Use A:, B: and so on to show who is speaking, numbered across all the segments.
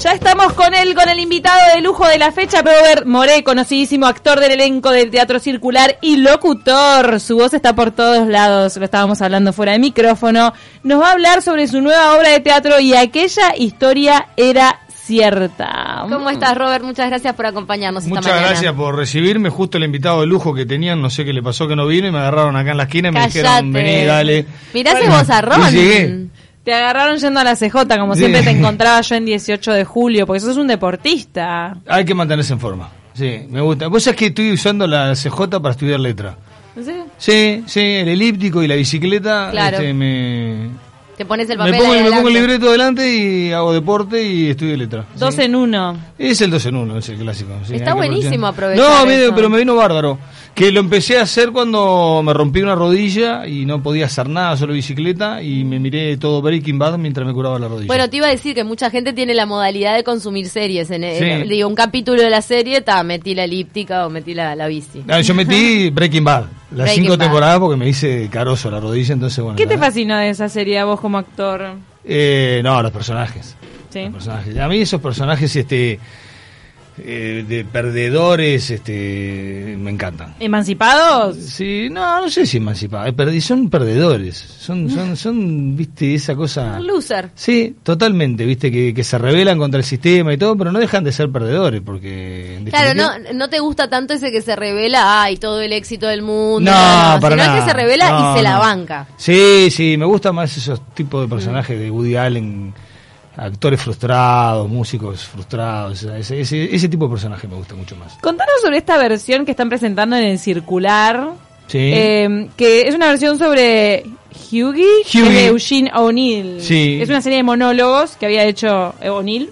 A: ya estamos con él, con el invitado de lujo de la fecha, Robert Moré, conocidísimo actor del elenco del Teatro Circular y locutor. Su voz está por todos lados, lo estábamos hablando fuera de micrófono. Nos va a hablar sobre su nueva obra de teatro y aquella historia era cierta.
B: ¿Cómo estás, Robert? Muchas gracias por acompañarnos
C: Muchas
B: esta mañana.
C: gracias por recibirme. Justo el invitado de lujo que tenían, no sé qué le pasó que no vino y me agarraron acá en la esquina y me
B: Cállate.
C: dijeron, vení, dale.
B: Mirá ese
C: Bueno,
B: vozarrón.
C: y llegué.
A: Te agarraron yendo a la CJ, como
C: Sí.
A: siempre te encontraba yo en 18 de julio, porque sos un deportista.
C: Hay que mantenerse en forma. Sí, me gusta. Vos sabés que estoy usando la CJ para estudiar letra.
A: ¿En serio?
C: Sí, sí, el elíptico y la bicicleta.
B: Claro.
C: este, me,
B: Te pones el
C: me
B: papel
C: pongo,
B: ahí
C: me pongo el
B: adelante.
C: libreto delante y hago deporte y estudio letra. Sí.
A: Dos en uno.
C: Es el 2 en 1, es el clásico. sí,
B: Está
C: hay que
B: buenísimo
C: aprovechar.
B: aprovechar
C: No, me-
B: eso.
C: pero me vino bárbaro. Que lo empecé a hacer cuando me rompí una rodilla y no podía hacer nada, solo bicicleta, y me miré todo Breaking Bad mientras me curaba la rodilla.
B: Bueno, te iba a decir que mucha gente tiene la modalidad de consumir series. En en-
C: Sí.
B: digo, un capítulo de la serie, ta, metí la elíptica o metí la, la bici.
C: Ah, yo metí Breaking Bad, las
B: Breaking
C: cinco
B: Bad.
C: temporadas, porque me hice caroso la rodilla, entonces bueno.
A: ¿Qué te
C: nada.
A: fascinó de esa serie a vos como actor?
C: Eh, no, los personajes.
A: ¿Sí?
C: Los personajes. A mí esos personajes este eh, de perdedores este me encantan.
A: ¿Emancipados?
C: Sí, no, no sé si emancipada. eh, perdi- Son perdedores. Son, son, son, viste, esa cosa.
B: Loser.
C: Sí, totalmente, viste, que, que se rebelan contra el sistema y todo, pero no dejan de ser perdedores, porque. en
B: Claro,
C: definitiva-
B: no, no te gusta tanto ese que se revela, ay, todo el éxito del mundo.
C: No, para
B: sino
C: nada.
B: el que se revela
C: No,
B: y se la
C: no.
B: banca.
C: Sí, sí, me gustan más esos tipos de personajes de Woody Allen, actores frustrados, músicos frustrados, ese, ese, ese tipo de personaje me gusta mucho más.
A: Contanos sobre esta versión que están presentando en el circular.
C: Sí.
A: Eh, que es una versión sobre Hughie, que es
C: Hughie.
A: de Eugene O'Neill.
C: Sí.
A: Es una serie de monólogos que había hecho eh, O'Neill.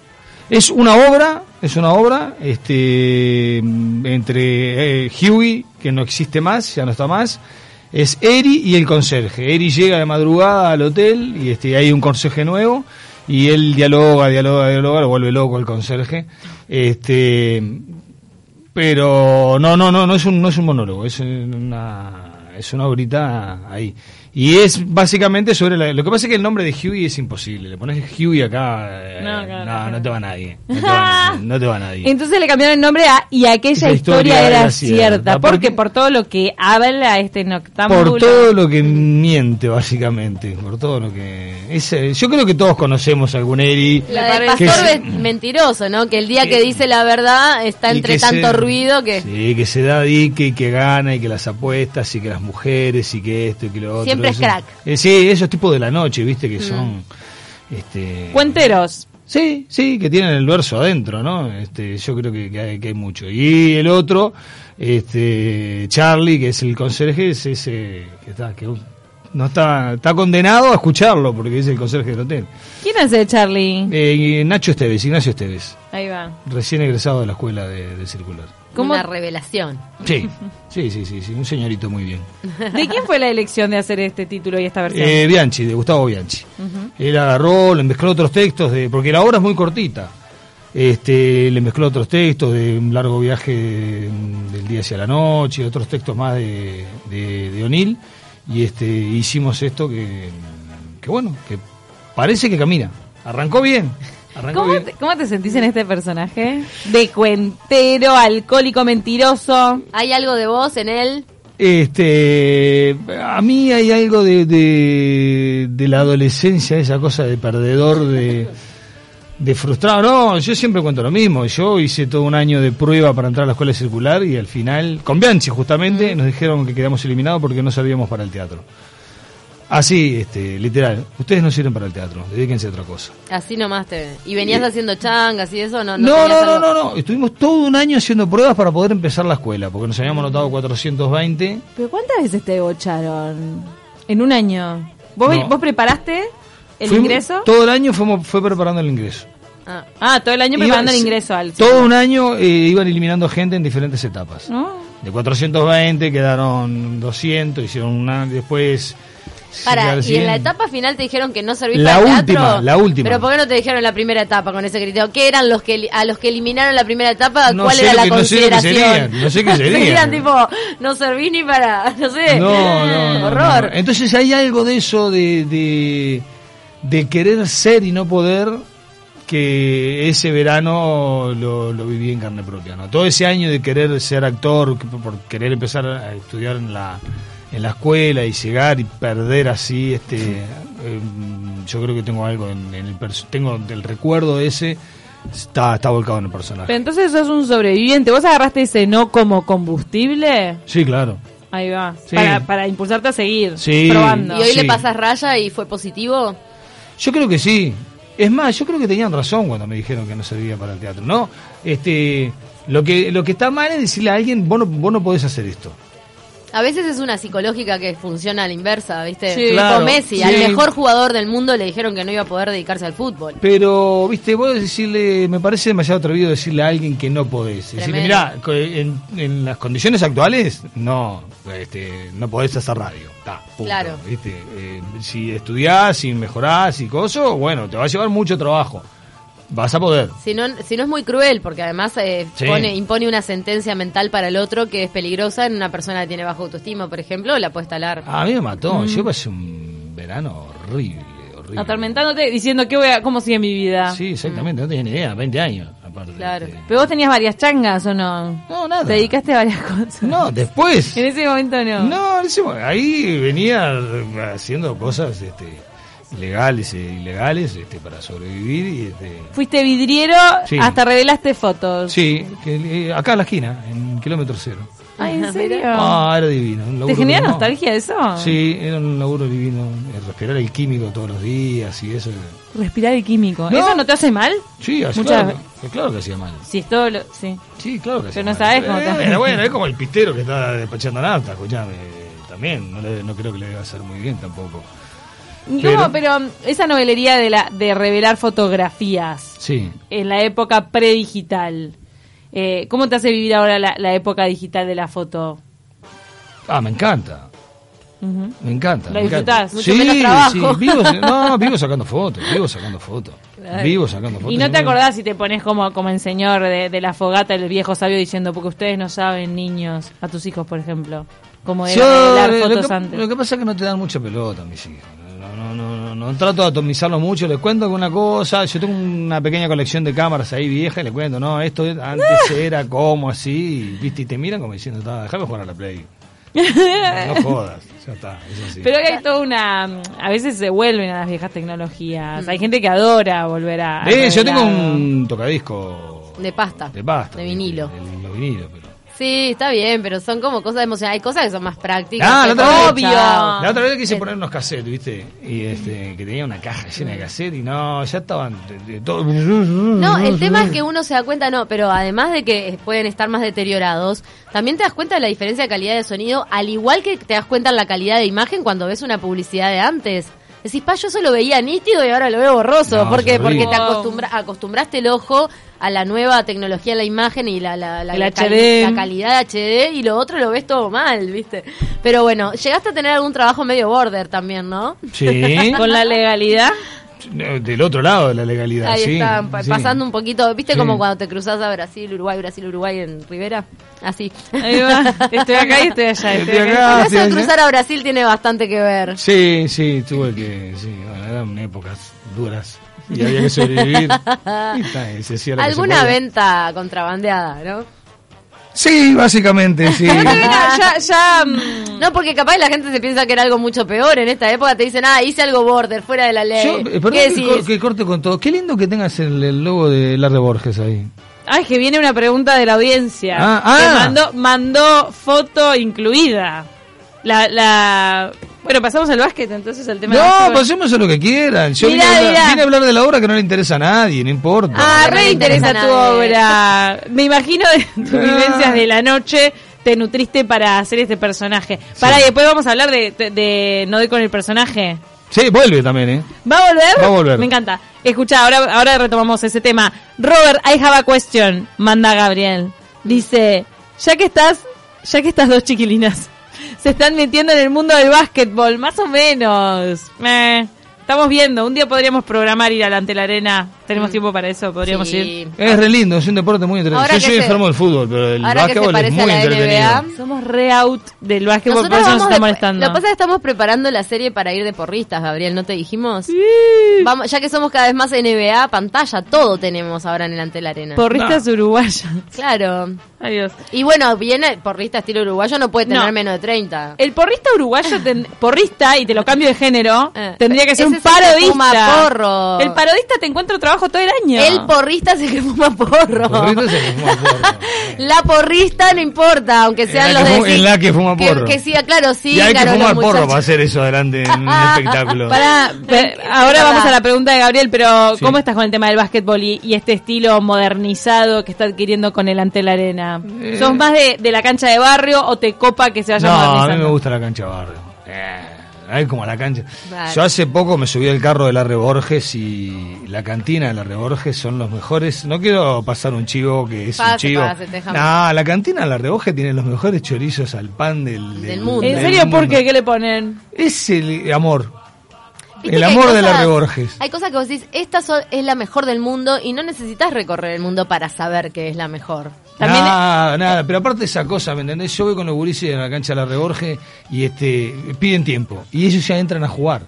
C: Es una obra, es una obra este, mm, entre eh, Huey, que no existe más, ya no está más, es Eri y el conserje. Eri llega de madrugada al hotel y este, hay un conserje nuevo y él dialoga, dialoga, dialoga, lo vuelve loco el conserje. Este, pero no, no, no, no es un, no es un monólogo, es una, es una obrita ahí. Y es básicamente sobre la- lo que pasa es que el nombre de Huey es imposible. Le pones Huey acá, eh,
A: No, claro,
C: no,
A: claro.
C: no te va nadie. No te va nadie. no te va nadie.
A: Entonces le cambiaron el nombre a Y aquella
C: Esa
A: historia,
C: historia
A: era
C: era
A: cierta.
C: cierta.
A: Porque
C: Porque-
A: por todo lo que habla este noctámbulo.
C: Por todo lo que miente, básicamente. Por todo lo que. ese- yo creo que todos conocemos a algún Eri.
B: La del
C: que
B: pastor
C: se-
B: es mentiroso, ¿no? Que el día que dice la verdad está
C: y
B: entre
C: que
B: tanto
C: se-
B: ruido que
C: Sí, que se da dique y que gana y que las apuestas y que las mujeres y que esto y que lo otro.
B: Siempre es
C: Eso-
B: crack. Mm.
C: Eh, sí, esos tipos de la noche, viste, que son. Este,
A: Cuenteros.
C: Sí, sí, que tienen el verso adentro, ¿no? Este, yo creo que, que hay, que hay mucho. Y el otro, este, Charlie, que es el conserje, es ese que está, que no está, está condenado a escucharlo porque es el conserje del hotel.
A: ¿Quién es el Charlie?
C: Eh, y Nacho Esteves, Ignacio Esteves,
A: Ahí va.
C: recién egresado de la escuela de, de circular.
A: ¿Cómo-
B: una revelación.
C: Sí, sí, sí, sí, sí, un señorito muy bien.
A: ¿De quién fue la elección de hacer este título y esta versión?
C: Eh, Bianchi, de Gustavo Bianchi. Él agarró, le mezcló otros textos, de, porque la obra es muy cortita. Este, le mezcló otros textos de un largo viaje de- del día hacia la noche, otros textos más de, de, de O'Neill. Y este, hicimos esto que, que, bueno, que parece que camina. Arrancó bien. Arrancó
A: ¿Cómo
C: bien.
A: te, cómo te sentís en este personaje? De cuentero, alcohólico, mentiroso.
B: ¿Hay algo de vos en él?
C: Este, a mí hay algo de, de, de la adolescencia, esa cosa de perdedor, de, de frustrado. No, yo siempre cuento lo mismo. Yo hice todo un año de prueba para entrar a la escuela circular y al final, con Bianchi justamente, nos dijeron que quedamos eliminados porque no servíamos para el teatro. Así, este, literal. Ustedes no sirven para el teatro, dedíquense a otra cosa.
B: Así nomás te... ¿Y venías haciendo changas y eso? No,
C: No,
B: tenías
C: no, no,
B: algo-
C: no, no. Estuvimos todo un año haciendo pruebas para poder empezar la escuela, porque nos habíamos notado 420.
A: ¿Pero cuántas veces te bocharon? En un año. ¿Vos,
C: No.
A: vos preparaste el
C: Fuimos-
A: ingreso?
C: Todo el año fuimos, fue preparando el ingreso.
B: Ah,
A: ah, todo el año preparando el
C: Iba-
A: ingreso al.
C: Todo un año eh, iban eliminando gente en diferentes etapas.
A: ¿No?
C: De 420 quedaron 200, hicieron una después...
B: Para, y
C: al
B: en la
C: siguiente.
B: etapa final te dijeron que no servís
C: La
B: para el
C: última,
B: teatro.
C: la última.
B: Pero ¿por qué no te dijeron la primera etapa con ese criterio? ¿Qué eran los que eli- a los que eliminaron la primera etapa?
C: No
B: ¿Cuál
C: sé
B: era
C: lo
B: la
C: que- no sé lo que
B: consideración?
C: serían, no sé qué serían.
B: tipo, no servís ni para, no sé,
C: No, no, no,
B: horror.
C: no. Entonces hay algo de eso de, de, de querer ser y no poder que ese verano lo, lo viví en carne propia. ¿no? Todo ese año de querer ser actor, por querer empezar a estudiar en la, en la escuela y llegar y perder así, este, eh, yo creo que tengo algo en, en el perso- tengo del recuerdo ese está, está volcado en el
A: Pero
C: personaje.
A: entonces sos un sobreviviente. ¿Vos agarraste ese no como combustible?
C: Sí, claro.
A: Ahí va.
C: Sí.
A: Para, para impulsarte a seguir
C: Sí.
A: probando.
B: ¿Y hoy
C: eh, Sí.
B: le pasas raya y fue positivo?
C: Yo creo que sí. Es más, yo creo que tenían razón cuando me dijeron que no servía para el teatro. No, este, lo que lo que está mal es decirle a alguien, vos no, vos no podés hacer esto.
B: A veces es una psicológica que funciona a la inversa, ¿viste?
A: Sí.
B: Tipo
C: Claro,
B: Messi,
C: sí.
B: al mejor jugador del mundo le dijeron que no iba a poder dedicarse al fútbol.
C: Pero, viste, vos decirle, me parece demasiado atrevido decirle a alguien que no podés. Decirle,
B: Tremendo.
C: mirá, co- en, en las condiciones actuales, no, este, no podés hacer radio. Ta, punto,
B: Claro.
C: ¿viste? Eh, si estudiás, si mejorás, y coso, bueno, te va a llevar mucho trabajo. Vas a poder.
B: Si no, si no es muy cruel, porque además eh,
C: Sí.
B: pone- impone una sentencia mental para el otro que es peligrosa en una persona que tiene bajo autoestima, por ejemplo, la puede talar.
C: A mí me
A: Mm.
C: mató. Yo pasé un verano horrible, horrible.
A: Atormentándote diciendo que voy a, cómo sigue mi vida.
C: Sí, exactamente. No tenía ni idea. 20 años, aparte.
B: Claro.
C: Este,
A: Mm. Pero vos tenías varias changas o no?
C: No, nada.
A: Te dedicaste a varias cosas.
C: No, después.
A: En ese momento no.
C: No, en ese mo- ahí venía haciendo cosas este, legales e ilegales este, para sobrevivir. Y, este,
A: Fuiste vidriero
C: Sí.
A: hasta revelaste fotos.
C: sí, que, eh, acá a la esquina, en kilómetro cero.
A: Ay, ¿en serio?
C: Ah, era divino. un
A: ¿Te
C: laburo
A: genera
C: que no-
A: nostalgia eso?
C: Sí, era un laburo divino. eh, Respirar el químico todos los días y eso.
A: Respirar el químico.
C: No.
A: ¿Eso no te hace mal?
C: Sí, así-
A: Muchas-
C: claro, que- claro que hacía mal.
A: Si es todo lo... Sí.
C: Sí, claro que sí.
A: Pero no sabes cómo
C: Eh,
A: te-
C: Pero bueno, es como el pistero que está despachando nafta, escuchame. También, no, le- no creo que le deba hacer muy bien tampoco.
A: No, pero um, esa novelería de, la, de revelar fotografías
C: Sí.
A: en la época predigital. Eh, ¿Cómo te hace vivir ahora la, la época digital de la foto?
C: Ah, me encanta.
A: Ujú.
C: Me encanta.
A: Lo
C: me encanta.
A: disfrutás, mucho menos trabajo.
C: sí, vivo, no, vivo sacando fotos, vivo sacando fotos. Vivo sacando fotos.
A: Y no te acordás si te pones como, como el señor de, de la fogata, el viejo sabio, diciendo, porque ustedes no saben, niños, a tus hijos, por ejemplo, cómo era
C: Yo,
A: revelar
C: lo,
A: fotos
C: que,
A: antes.
C: lo que pasa es que no te dan mucha pelota, mis hijos. No, no, no, no, no trato de atomizarlo mucho, les cuento alguna cosa, yo tengo una pequeña colección de cámaras ahí vieja y les cuento, no, esto antes era como así, y, viste, y te miran como diciendo, "Ta, déjame jugar a la Play. No, no jodas, ya está, es así.
A: Pero hay toda una... A veces se vuelven a las viejas tecnologías. Hay gente que adora volver a... a
C: Eh, yo
A: revelar.
C: tengo un tocadisco
B: De pasta.
C: de pasta.
B: De vinilo.
C: de- de- de vinilo, pero-
B: Sí, está bien, pero son como cosas emocionales. Hay cosas que son más prácticas.
C: Ah, la
B: que-
C: otra vez-
B: obvio.
C: La otra vez quise poner unos cassettes, ¿viste? Y este, que tenía una caja llena de cassettes y no, ya estaban de- de todo.
B: Mm, No, el tema es que uno se da cuenta, no, pero además de que pueden estar más deteriorados, también te das cuenta de la diferencia de calidad de sonido, al igual que te das cuenta de la calidad de imagen cuando ves una publicidad de antes. Decís, pa, yo eso lo veía nítido y ahora lo veo borroso.
C: No,
B: ¿Por qué?
C: es horrible.
B: Porque te acostumbra- acostumbraste el ojo a la nueva tecnología de la imagen y la, la, la,
A: El
B: la
A: HD.
B: la calidad HD y lo otro lo ves todo mal, ¿viste? Pero bueno, llegaste a tener algún trabajo medio border también, ¿no?
C: Sí.
A: Con la legalidad.
C: Del otro lado de la legalidad,
B: Ahí
C: sí.
B: están, pa- pasando un poquito, ¿viste
C: Sí.
B: como cuando te cruzas a Brasil, Uruguay, Brasil, Uruguay en Rivera? Así.
A: Ahí va. Estoy acá y estoy allá. Estoy
C: Estoy
A: acá.
C: acá.
B: Pero eso de
C: Ah, sí,
B: cruzar a Brasil tiene bastante que ver.
C: Sí, sí, tuve que. Sí, bueno, eran épocas duras y había que sobrevivir. Y está, y se hacía lo que se
B: Alguna
C: podía.
B: venta contrabandeada, ¿no?
C: Sí, básicamente, sí.
A: Bueno, ya, ya, mm,
B: No, porque capaz la gente se piensa que era algo mucho peor en esta época. Te dicen, ah, hice algo border, fuera de la ley.
C: Yo, eh, perdón
B: ¿Qué
C: que,
B: decís?
C: cor- que corte con todo. Qué lindo que tengas el, el logo de Lar de Borges ahí.
A: Ay, que viene una pregunta de la audiencia.
C: Ah, ah.
A: Que mandó, mandó foto incluida. La, la... Bueno, pasamos al básquet, entonces el tema
C: No, pues
A: del básquet.
C: pasemos a lo que quieran. Yo
A: Mirá,
C: vine, a hablar,
A: mirá.
C: vine a hablar de la obra que no le interesa a nadie, no importa.
A: Ah,
B: No, no
A: re
B: me
A: interesa
B: interesa
A: tu
B: nada de
A: obra. Me imagino de tus
C: Ah.
A: vivencias de la noche te nutriste para hacer este personaje. Pará, y después vamos a hablar de, de- de No doy con el personaje.
C: Sí, vuelve también, ¿eh?
A: ¿Va a volver?
C: Va a volver.
A: Me encanta. Escucha, ahora, ahora retomamos ese tema. Robert, I have a question, manda Gabriel. Dice, ya que estás, ya que estas dos chiquilinas se están metiendo en el mundo del básquetbol, Eh, más o menos. Meh. estamos viendo, un día podríamos programar ir adelante la arena. Tenemos tiempo para eso, podríamos
B: Sí.
A: ir.
C: Es re lindo, es un deporte muy
B: Ahora
C: entretenido.
B: que
C: Yo soy
B: se-
C: enfermo del fútbol, pero el
B: ahora que se
C: básquetbol es
B: parece a
C: muy
B: la NBA,
C: entretenido.
A: Somos re out del básquetbol, por
B: Nosotros
A: eso nos
B: vamos
A: está
B: de-
A: molestando.
B: Lo que pasa es que estamos preparando la serie para ir de porristas, Gabriel, ¿no te dijimos?
A: Sí.
B: Vamos, ya que somos cada vez más NBA, pantalla, todo tenemos ahora en el ante la arena.
A: Porristas uruguayas.
B: Claro.
A: Adiós.
B: Y bueno, viene porrista estilo uruguayo, no puede tener
A: No.
B: menos de 30.
A: El porrista uruguayo, ten- porrista, y te lo cambio de género,
B: Eh,
A: tendría que ser
B: ese
A: un
B: es el que
A: parodista.
B: fuma porro.
A: El parodista te encuentra trabajo todo el año.
B: El porrista es el que fuma porro.
C: Porrito es el que fuma porro.
B: La porrista no importa, aunque sean
C: En la
B: los
C: que
B: de.
C: fu- en la que fuma porro.
B: Que, siga, claro, sí,
C: y hay
B: claro,
C: que
B: los
C: fumar porro
B: muchachos.
C: para hacer eso adelante en un espectáculo.
A: Pará, Ah, pe- ahora
B: Ah, verdad.
A: vamos a la pregunta de Gabriel, pero
C: Sí.
A: ¿cómo estás con el tema del básquetbol y, y este estilo modernizado que está adquiriendo con el ante la arena?
C: Eh.
A: ¿Sos más de, de la cancha de barrio o te copa que se vaya
C: No, a
A: modernizando?
C: mí me gusta la cancha de barrio. Eh, Ay, como la cancha.
B: Claro.
C: Yo hace poco me subí al carro de la Reborges y la cantina de la Reborges son los mejores. No quiero pasar un chivo que es un
B: Pase,
C: chivo.
B: pase, te dejamos.
C: No, la cantina de la Reborges tiene los mejores chorizos al pan del,
B: Del mundo.
A: ¿En serio? ¿Por qué? ¿Qué le ponen?
C: Es el amor.
B: Viste
C: El
B: que hay
C: amor de la
B: cosas-
C: Reborges.
B: Hay cosas que vos decís, esta so- es la mejor del mundo y no necesitas recorrer el mundo para saber que es la mejor.
A: También-
C: nada, nada, pero aparte de esa cosa, ¿me entendés? Yo voy con los gurises en la cancha de la Reborge y este piden tiempo. Y ellos ya entran a jugar.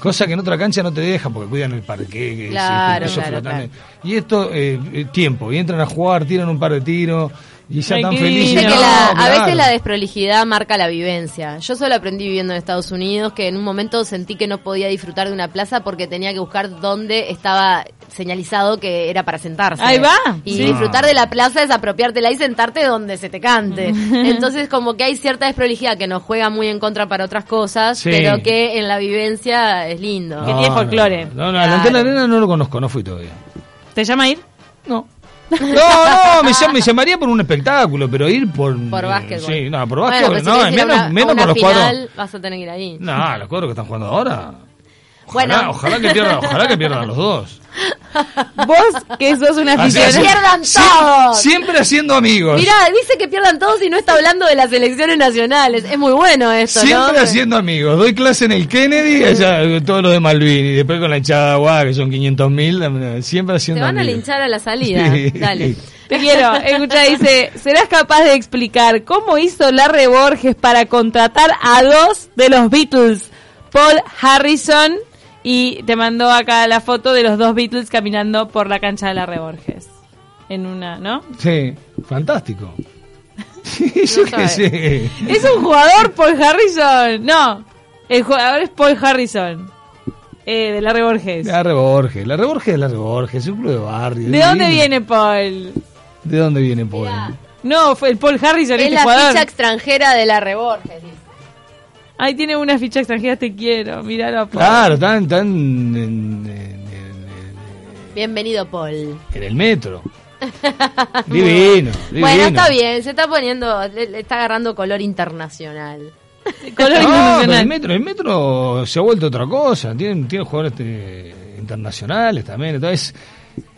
C: Cosa que en otra cancha no te dejan porque cuidan el parque, que es,
B: Claro,
C: este,
B: claro,
C: flotante. Y esto, eh, eh, tiempo. Y entran a jugar, tiran un par de tiros y ya están
A: Tranquilo.
C: felices.
B: Dice
A: Sí,
B: que
A: no,
B: la- a
C: claro.
B: veces la desprolijidad marca la vivencia. Yo solo aprendí viviendo en Estados Unidos que en un momento sentí que no podía disfrutar de una plaza porque tenía que buscar dónde estaba señalizado que era para sentarse.
A: Ahí va.
B: Y
A: Sí.
B: disfrutar de la plaza es apropiártela y sentarte donde se te cante. Entonces como que hay cierta desprolijidad que nos juega muy en contra para otras cosas,
C: Sí. Ah,
B: pero que en la vivencia es lindo.
A: Que tiene folclore.
C: No, no, adelante de la
B: Claro.
C: arena no lo conozco, no fui todavía.
A: ¿Te llama a ir?
C: No. No, no, me, llam- me llamaría por un espectáculo, pero ir por.
B: Por
C: eh,
B: básquetbol.
C: Sí, no, por
B: Bueno,
C: básquetbol.
B: pero si
C: no,
B: querés ir a
C: menos,
B: una- a
C: menos
B: una
C: por los
B: final,
C: cuadros.
B: vas a tener que ir ahí.
C: No, los cuadros que están jugando ahora. Ojalá,
B: Bueno.
C: ojalá que pierdan, ojalá que pierdan los dos.
A: Vos, que sos un
B: Así-
A: aficionado.
B: pierdan
C: sie-
B: todos.
C: Siempre haciendo amigos.
B: Mirá, dice que pierdan todos y no está hablando de las elecciones nacionales. Es muy bueno esto,
C: siempre
B: ¿no?
C: haciendo amigos. Doy clase en el Kennedy, allá, todos los de Malvin, y después con la hinchada guá, que son 500 mil, siempre
B: Te
C: haciendo
B: van a
C: amigos.
B: linchar a la salida.
C: Sí.
B: Dale.
A: Te quiero. Escucha, dice, ¿serás capaz de explicar cómo hizo Larry Borges para contratar a dos de los Beatles? Paul Harrison y te mandó acá la foto de los dos Beatles caminando por la cancha de Larry Borges. En una, ¿no?
C: Sí, fantástico. Sí, yo qué
B: sabe.
C: sé.
A: Es un jugador Paul Harrison. No, el jugador es Paul Harrison. Eh, de Larry Borges.
C: La Reborges, la Reborges es la Reborges, es un club de barrio.
A: ¿De
C: es
A: dónde
C: divino.
A: viene Paul?
C: ¿De dónde viene pues? Paul?
A: No, fue el Paul Harrison,
B: Es
A: este
B: la
A: jugador.
B: ficha extranjera de la Reborges. dice.
A: Ahí tiene una ficha extranjera, te quiero. Miralo a Paul.
C: Claro, tan, tan en, en- en-
B: Bienvenido, Paul.
C: en el metro. Divino, divino.
B: Bueno, está bien. Se está poniendo... le- le está agarrando color internacional.
A: Color
C: No, ah, pero
A: internacional.
C: el metro, el metro se ha vuelto otra cosa. Tienen, tienen jugadores este, internacionales también. Entonces,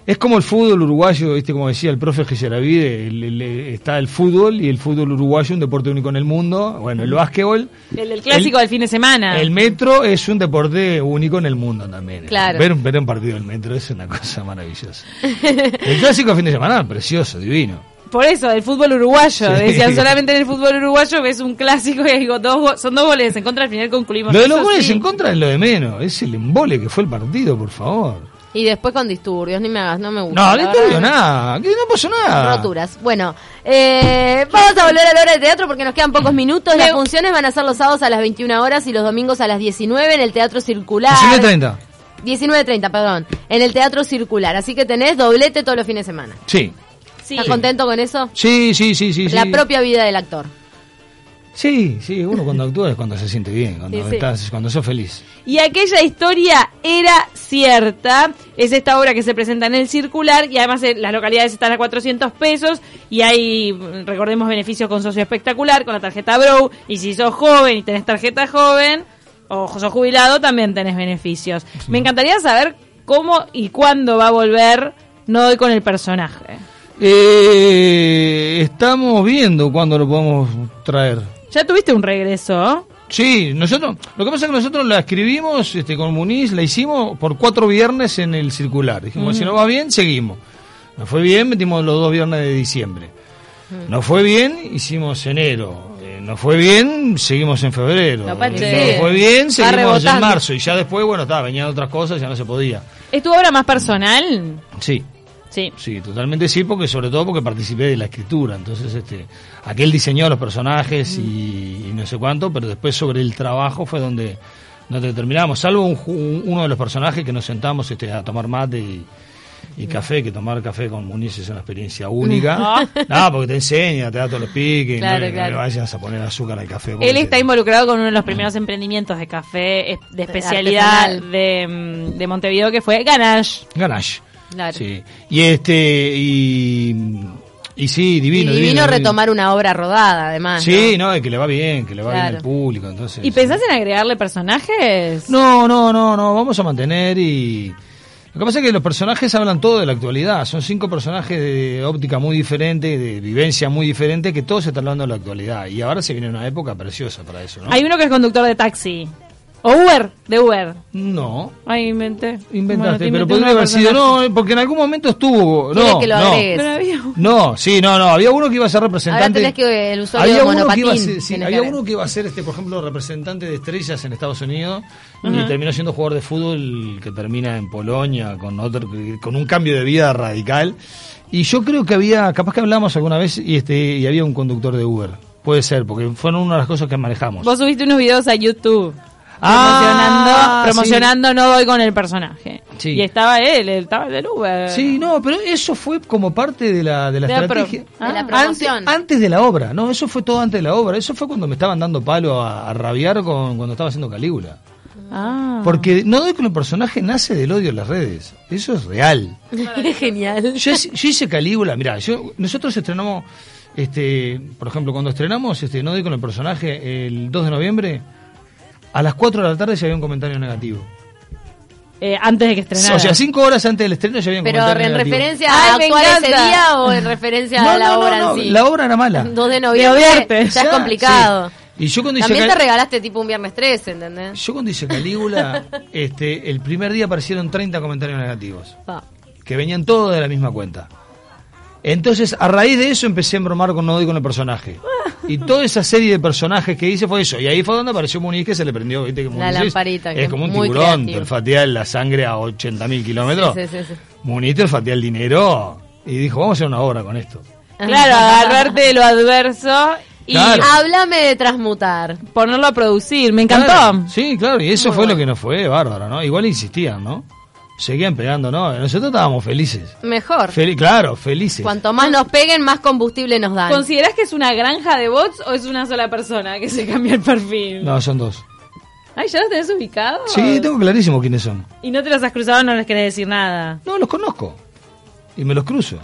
C: es como el fútbol uruguayo, viste como decía el profe Geseravide, el- el- está el fútbol y el fútbol uruguayo, un deporte único en el mundo. Bueno,
B: Mm.
C: el básquetbol.
A: El, el clásico del fin de
B: Ah.
A: semana.
C: El metro es un deporte único en el mundo también.
B: Claro.
C: Ver, un- ver un partido del metro es una cosa maravillosa. El clásico fin de semana, precioso, divino.
A: Por eso, el fútbol uruguayo.
C: Sí.
A: Decían solamente en el fútbol uruguayo ves un clásico y digo, dos, go- son dos goles en contra. Al final concluimos.
C: Lo de los
A: Eso
C: goles
A: sí.
C: en contra es lo de menos. Es el embole que fue el partido, por favor.
B: Y después con disturbios. Ni me hagas, no me gusta.
C: No,
B: la
C: no
B: verdad.
C: te digo nada. Que no pasó nada.
B: Roturas. Bueno, eh, vamos a volver a la hora de teatro porque nos quedan pocos minutos. Las
A: Leo.
B: funciones van a ser los sábados a las 21 horas y los domingos a las 19 en el Teatro Circular.
C: 19.30.
B: 19.30, perdón. En el Teatro Circular. Así que tenés doblete todos los fines de semana.
C: Sí.
A: Sí.
C: Ah,
B: ¿Estás contento con eso?
C: Sí, sí, sí, sí.
B: La
C: sí.
B: propia vida del actor.
C: Sí, sí, uno cuando actúa es cuando se siente bien, cuando,
B: Sí, sí.
C: Estás, cuando sos feliz.
A: Y aquella historia era cierta. Es esta obra que se presenta en el circular y además eh, las localidades están a 400 pesos y hay, mm, recordemos, beneficios con socio espectacular, con la tarjeta Bro. Y si sos joven y tenés tarjeta joven o sos jubilado, también tenés beneficios. Me encantaría saber cómo y cuándo va a volver No doy con el personaje.
C: Eh, estamos viendo cuándo lo podemos traer.
A: Ya tuviste un regreso.
C: Sí, nosotros, lo que pasa es que nosotros la escribimos este, con Muniz, la hicimos por cuatro viernes en el circular. Dijimos, si no va bien, seguimos. Nos fue bien, metimos los dos viernes de diciembre. No fue bien, hicimos enero. Eh, No fue bien, seguimos en febrero.
A: No,
C: No
A: Pache.
C: fue bien,
A: Va
C: seguimos en
A: rebotando.
C: marzo. Y ya después, bueno, estaba, venían otras cosas, ya no se podía.
A: ¿Es tu obra más personal?
C: Sí,
A: Sí.
C: Sí, totalmente sí, porque sobre todo porque participé de la escritura. Entonces, este, aquel diseñó los personajes y, y no sé cuánto, pero después sobre el trabajo fue donde, donde terminamos. Salvo un ju- un- uno de los personajes que nos sentamos este, a tomar mate y, y café, que tomar café con Muniz es una experiencia única.
A: Ah.
C: Nada, porque te enseña, te da todos los piques,
B: Claro,
C: no, le, no
B: claro.
C: le vayas a poner azúcar al café. porque
A: Él está
C: te-
A: involucrado con uno de los primeros emprendimientos de café es- de especialidad
B: Artesanal.
A: de, mm, de Montevideo que fue Ganache.
C: Ganache.
B: Claro.
C: Sí. Y este, y, y sí,
B: Y divino,
C: divino. divino
B: retomar una obra rodada, además.
C: Sí, no, es que le va bien, que le va bien
B: Ah, Claro.
C: al público, entonces.
A: ¿Y pensás en agregarle personajes?
C: No, no, no, no, vamos a mantener y... Lo que pasa es que los personajes hablan todo de la actualidad, son cinco personajes de óptica muy diferente, de vivencia muy diferente, que todos están hablando de la actualidad. Y ahora se viene una época preciosa para eso, ¿no?
A: Hay uno que es conductor de taxi. O Uber, de Uber.
C: No,
A: Ay, inventé. Bueno, te
C: inventaste,
A: inventé uno
C: pero podría
A: de
C: haber sido...
A: personajes.
C: No, porque en algún momento estuvo...
B: Quiere
C: No,
B: que lo
C: no.
B: agregues.
A: Pero había uno.
C: No, sí, no, no. Había uno que iba a ser representante.
B: Ahora tenés que- el usuario de
C: uno que iba a
B: monopatín
C: ser- sí,
B: tenés que
C: había
B: ver.
C: uno que iba a ser, este, por ejemplo, representante de estrellas en Estados Unidos y terminó siendo jugador de fútbol que termina en Polonia con otro, con un cambio de vida radical. Y yo creo que había, capaz que hablamos alguna vez y este y había un conductor de Uber. Puede ser, porque fueron una de las cosas que manejamos.
A: Vos subiste unos videos a YouTube.
C: Ah,
A: promocionando, promocionando no doy con el personaje.
C: Sí.
A: Y estaba él, él estaba en el Uber.
C: Sí, no, pero eso fue como parte de la, de la
A: De la pro-
C: estrategia.
A: Ah.
B: De la
C: Antes,
B: promoción.
C: antes de la obra, no, eso fue todo antes de la obra. Eso fue cuando me estaban dando palo a, a rabiar con, cuando estaba haciendo Calígula.
A: Ah.
C: Porque no doy que el personaje nace del odio en las redes. Eso es real.
B: Genial.
C: Yo, hice- yo hice Calígula, mirá, yo, nosotros estrenamos, este, por ejemplo, cuando estrenamos este, No doy con el personaje el 2 de noviembre, a las 4 de la tarde ya había un comentario negativo.
A: Eh, antes de que estrenara.
C: O sea, 5 horas antes del estreno ya había un
B: Pero
C: comentario
B: en
C: negativo.
B: referencia
A: Ay,
B: a
A: me
B: actuar ese
A: encanta.
B: día o en referencia
C: No,
B: a la
C: no, no,
B: obra en
C: no,
B: sí.
C: la obra era mala.
B: 2 de
A: De
B: noviembre.
A: odiarte.
B: Ya es
C: Ya,
B: complicado.
C: sí. Y yo cuando hice
B: También
C: Cal-
B: te regalaste tipo un viernes 13, ¿entendés?
C: Yo cuando hice Calígula, este, el primer día aparecieron 30 comentarios negativos,
B: Pa.
C: que venían todos de la misma cuenta. Entonces, a raíz de eso empecé a bromar con no doy con el personaje. Y toda esa serie de personajes que hice fue eso. Y ahí fue donde apareció Muniz que se le prendió, viste, que
B: La
C: Muniz es-
B: lamparita, que
C: Es como un
B: muy
C: tiburón,
B: creativo.
C: te olfatea la sangre a 80.000 kilómetros.
B: Sí, sí, sí, sí.
C: Muniz te olfatea el dinero. Y dijo, vamos a hacer una obra con esto.
A: Claro, agarrarte de lo adverso y
C: Claro.
B: Háblame de transmutar.
A: ponerlo a producir. Me encantó.
C: Claro, Sí, claro, y eso fue lo que nos fue, bárbaro, ¿no? Igual insistían, ¿no? Seguían pegando, ¿no? Nosotros estábamos felices.
B: Mejor.
C: Fel- claro, felices.
B: Cuanto más nos peguen, más combustible nos dan.
A: ¿Considerás que es una granja de bots o es una sola persona que se cambia el perfil?
C: No, son dos.
A: Ay, ¿ya los tenés ubicados?
C: Sí, tengo clarísimo quiénes son.
A: Y no te los has cruzado, no les querés decir nada.
C: No, los conozco. Y me los cruzo.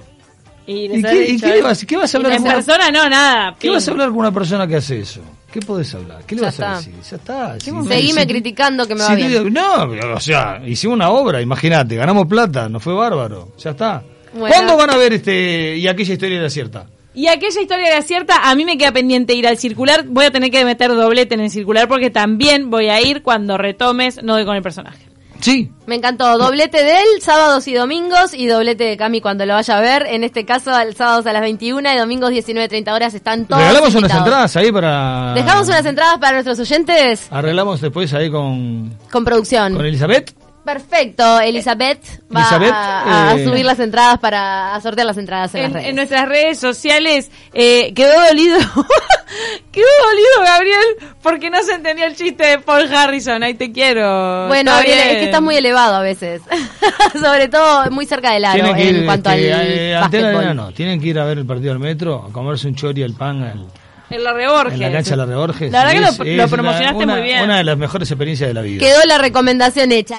A: ¿Y, les
C: ¿Y
A: has
C: qué, y
A: dicho
C: qué le
A: algo?
C: vas, qué vas a hablar
A: En
C: con una,
A: persona no, nada.
C: qué
A: pin.
C: vas a hablar con una persona que hace eso? ¿Qué podés hablar? ¿Qué le
B: Ya
C: vas
B: está.
C: a decir? Ya está. sí,
B: Seguime
C: sí,
B: criticando que me va
C: sí,
B: bien.
C: digo, No, o sea, hicimos una obra, imagínate, ganamos plata, nos fue bárbaro, ya está.
B: Bueno.
C: ¿Cuándo van a ver este y aquella historia era cierta?
A: Y aquella historia era cierta, a mí me queda pendiente ir al circular. Voy a tener que meter doblete en el circular porque también voy a ir cuando retomes, no doy con el personaje.
C: Sí,
B: Me encantó. Doblete de él, sábados y domingos, y doblete de Cami cuando lo vaya a ver. En este caso, al- sábados a las 21 y domingos 19.30 horas están todos.
C: Regalamos unas
B: invitados.
C: entradas ahí para.
B: Dejamos unas entradas para nuestros oyentes
C: Arreglamos después ahí con,
B: con producción.
C: con Elizabeth.
B: Perfecto. Elizabeth va
C: Elizabeth,
B: a, a
C: eh,
B: subir las entradas para a sortear las entradas en,
A: En,
B: las redes.
A: en nuestras redes sociales eh, quedó dolido. quedó dolido, Gabriel, porque no se entendió el chiste de Paul Harrison. Ahí te quiero.
B: Bueno,
A: Está
B: Gabriela,
A: bien.
B: es que estás muy elevado a veces. Sobre todo muy cerca del aro
C: Tienen que
B: en
C: ir,
B: cuanto
C: este,
B: al
C: eh, Antena
B: básquetbol.
C: Arena no, tienen que ir a ver el partido del metro, a comerse un chori al pan al-
A: En la Reborges.
C: en la cancha de la Reborges.
A: La verdad
C: Y
A: que lo- lo
C: una-
A: promocionaste
C: una-
A: muy bien.
C: Una de las mejores experiencias de la vida.
B: Quedó la recomendación hecha.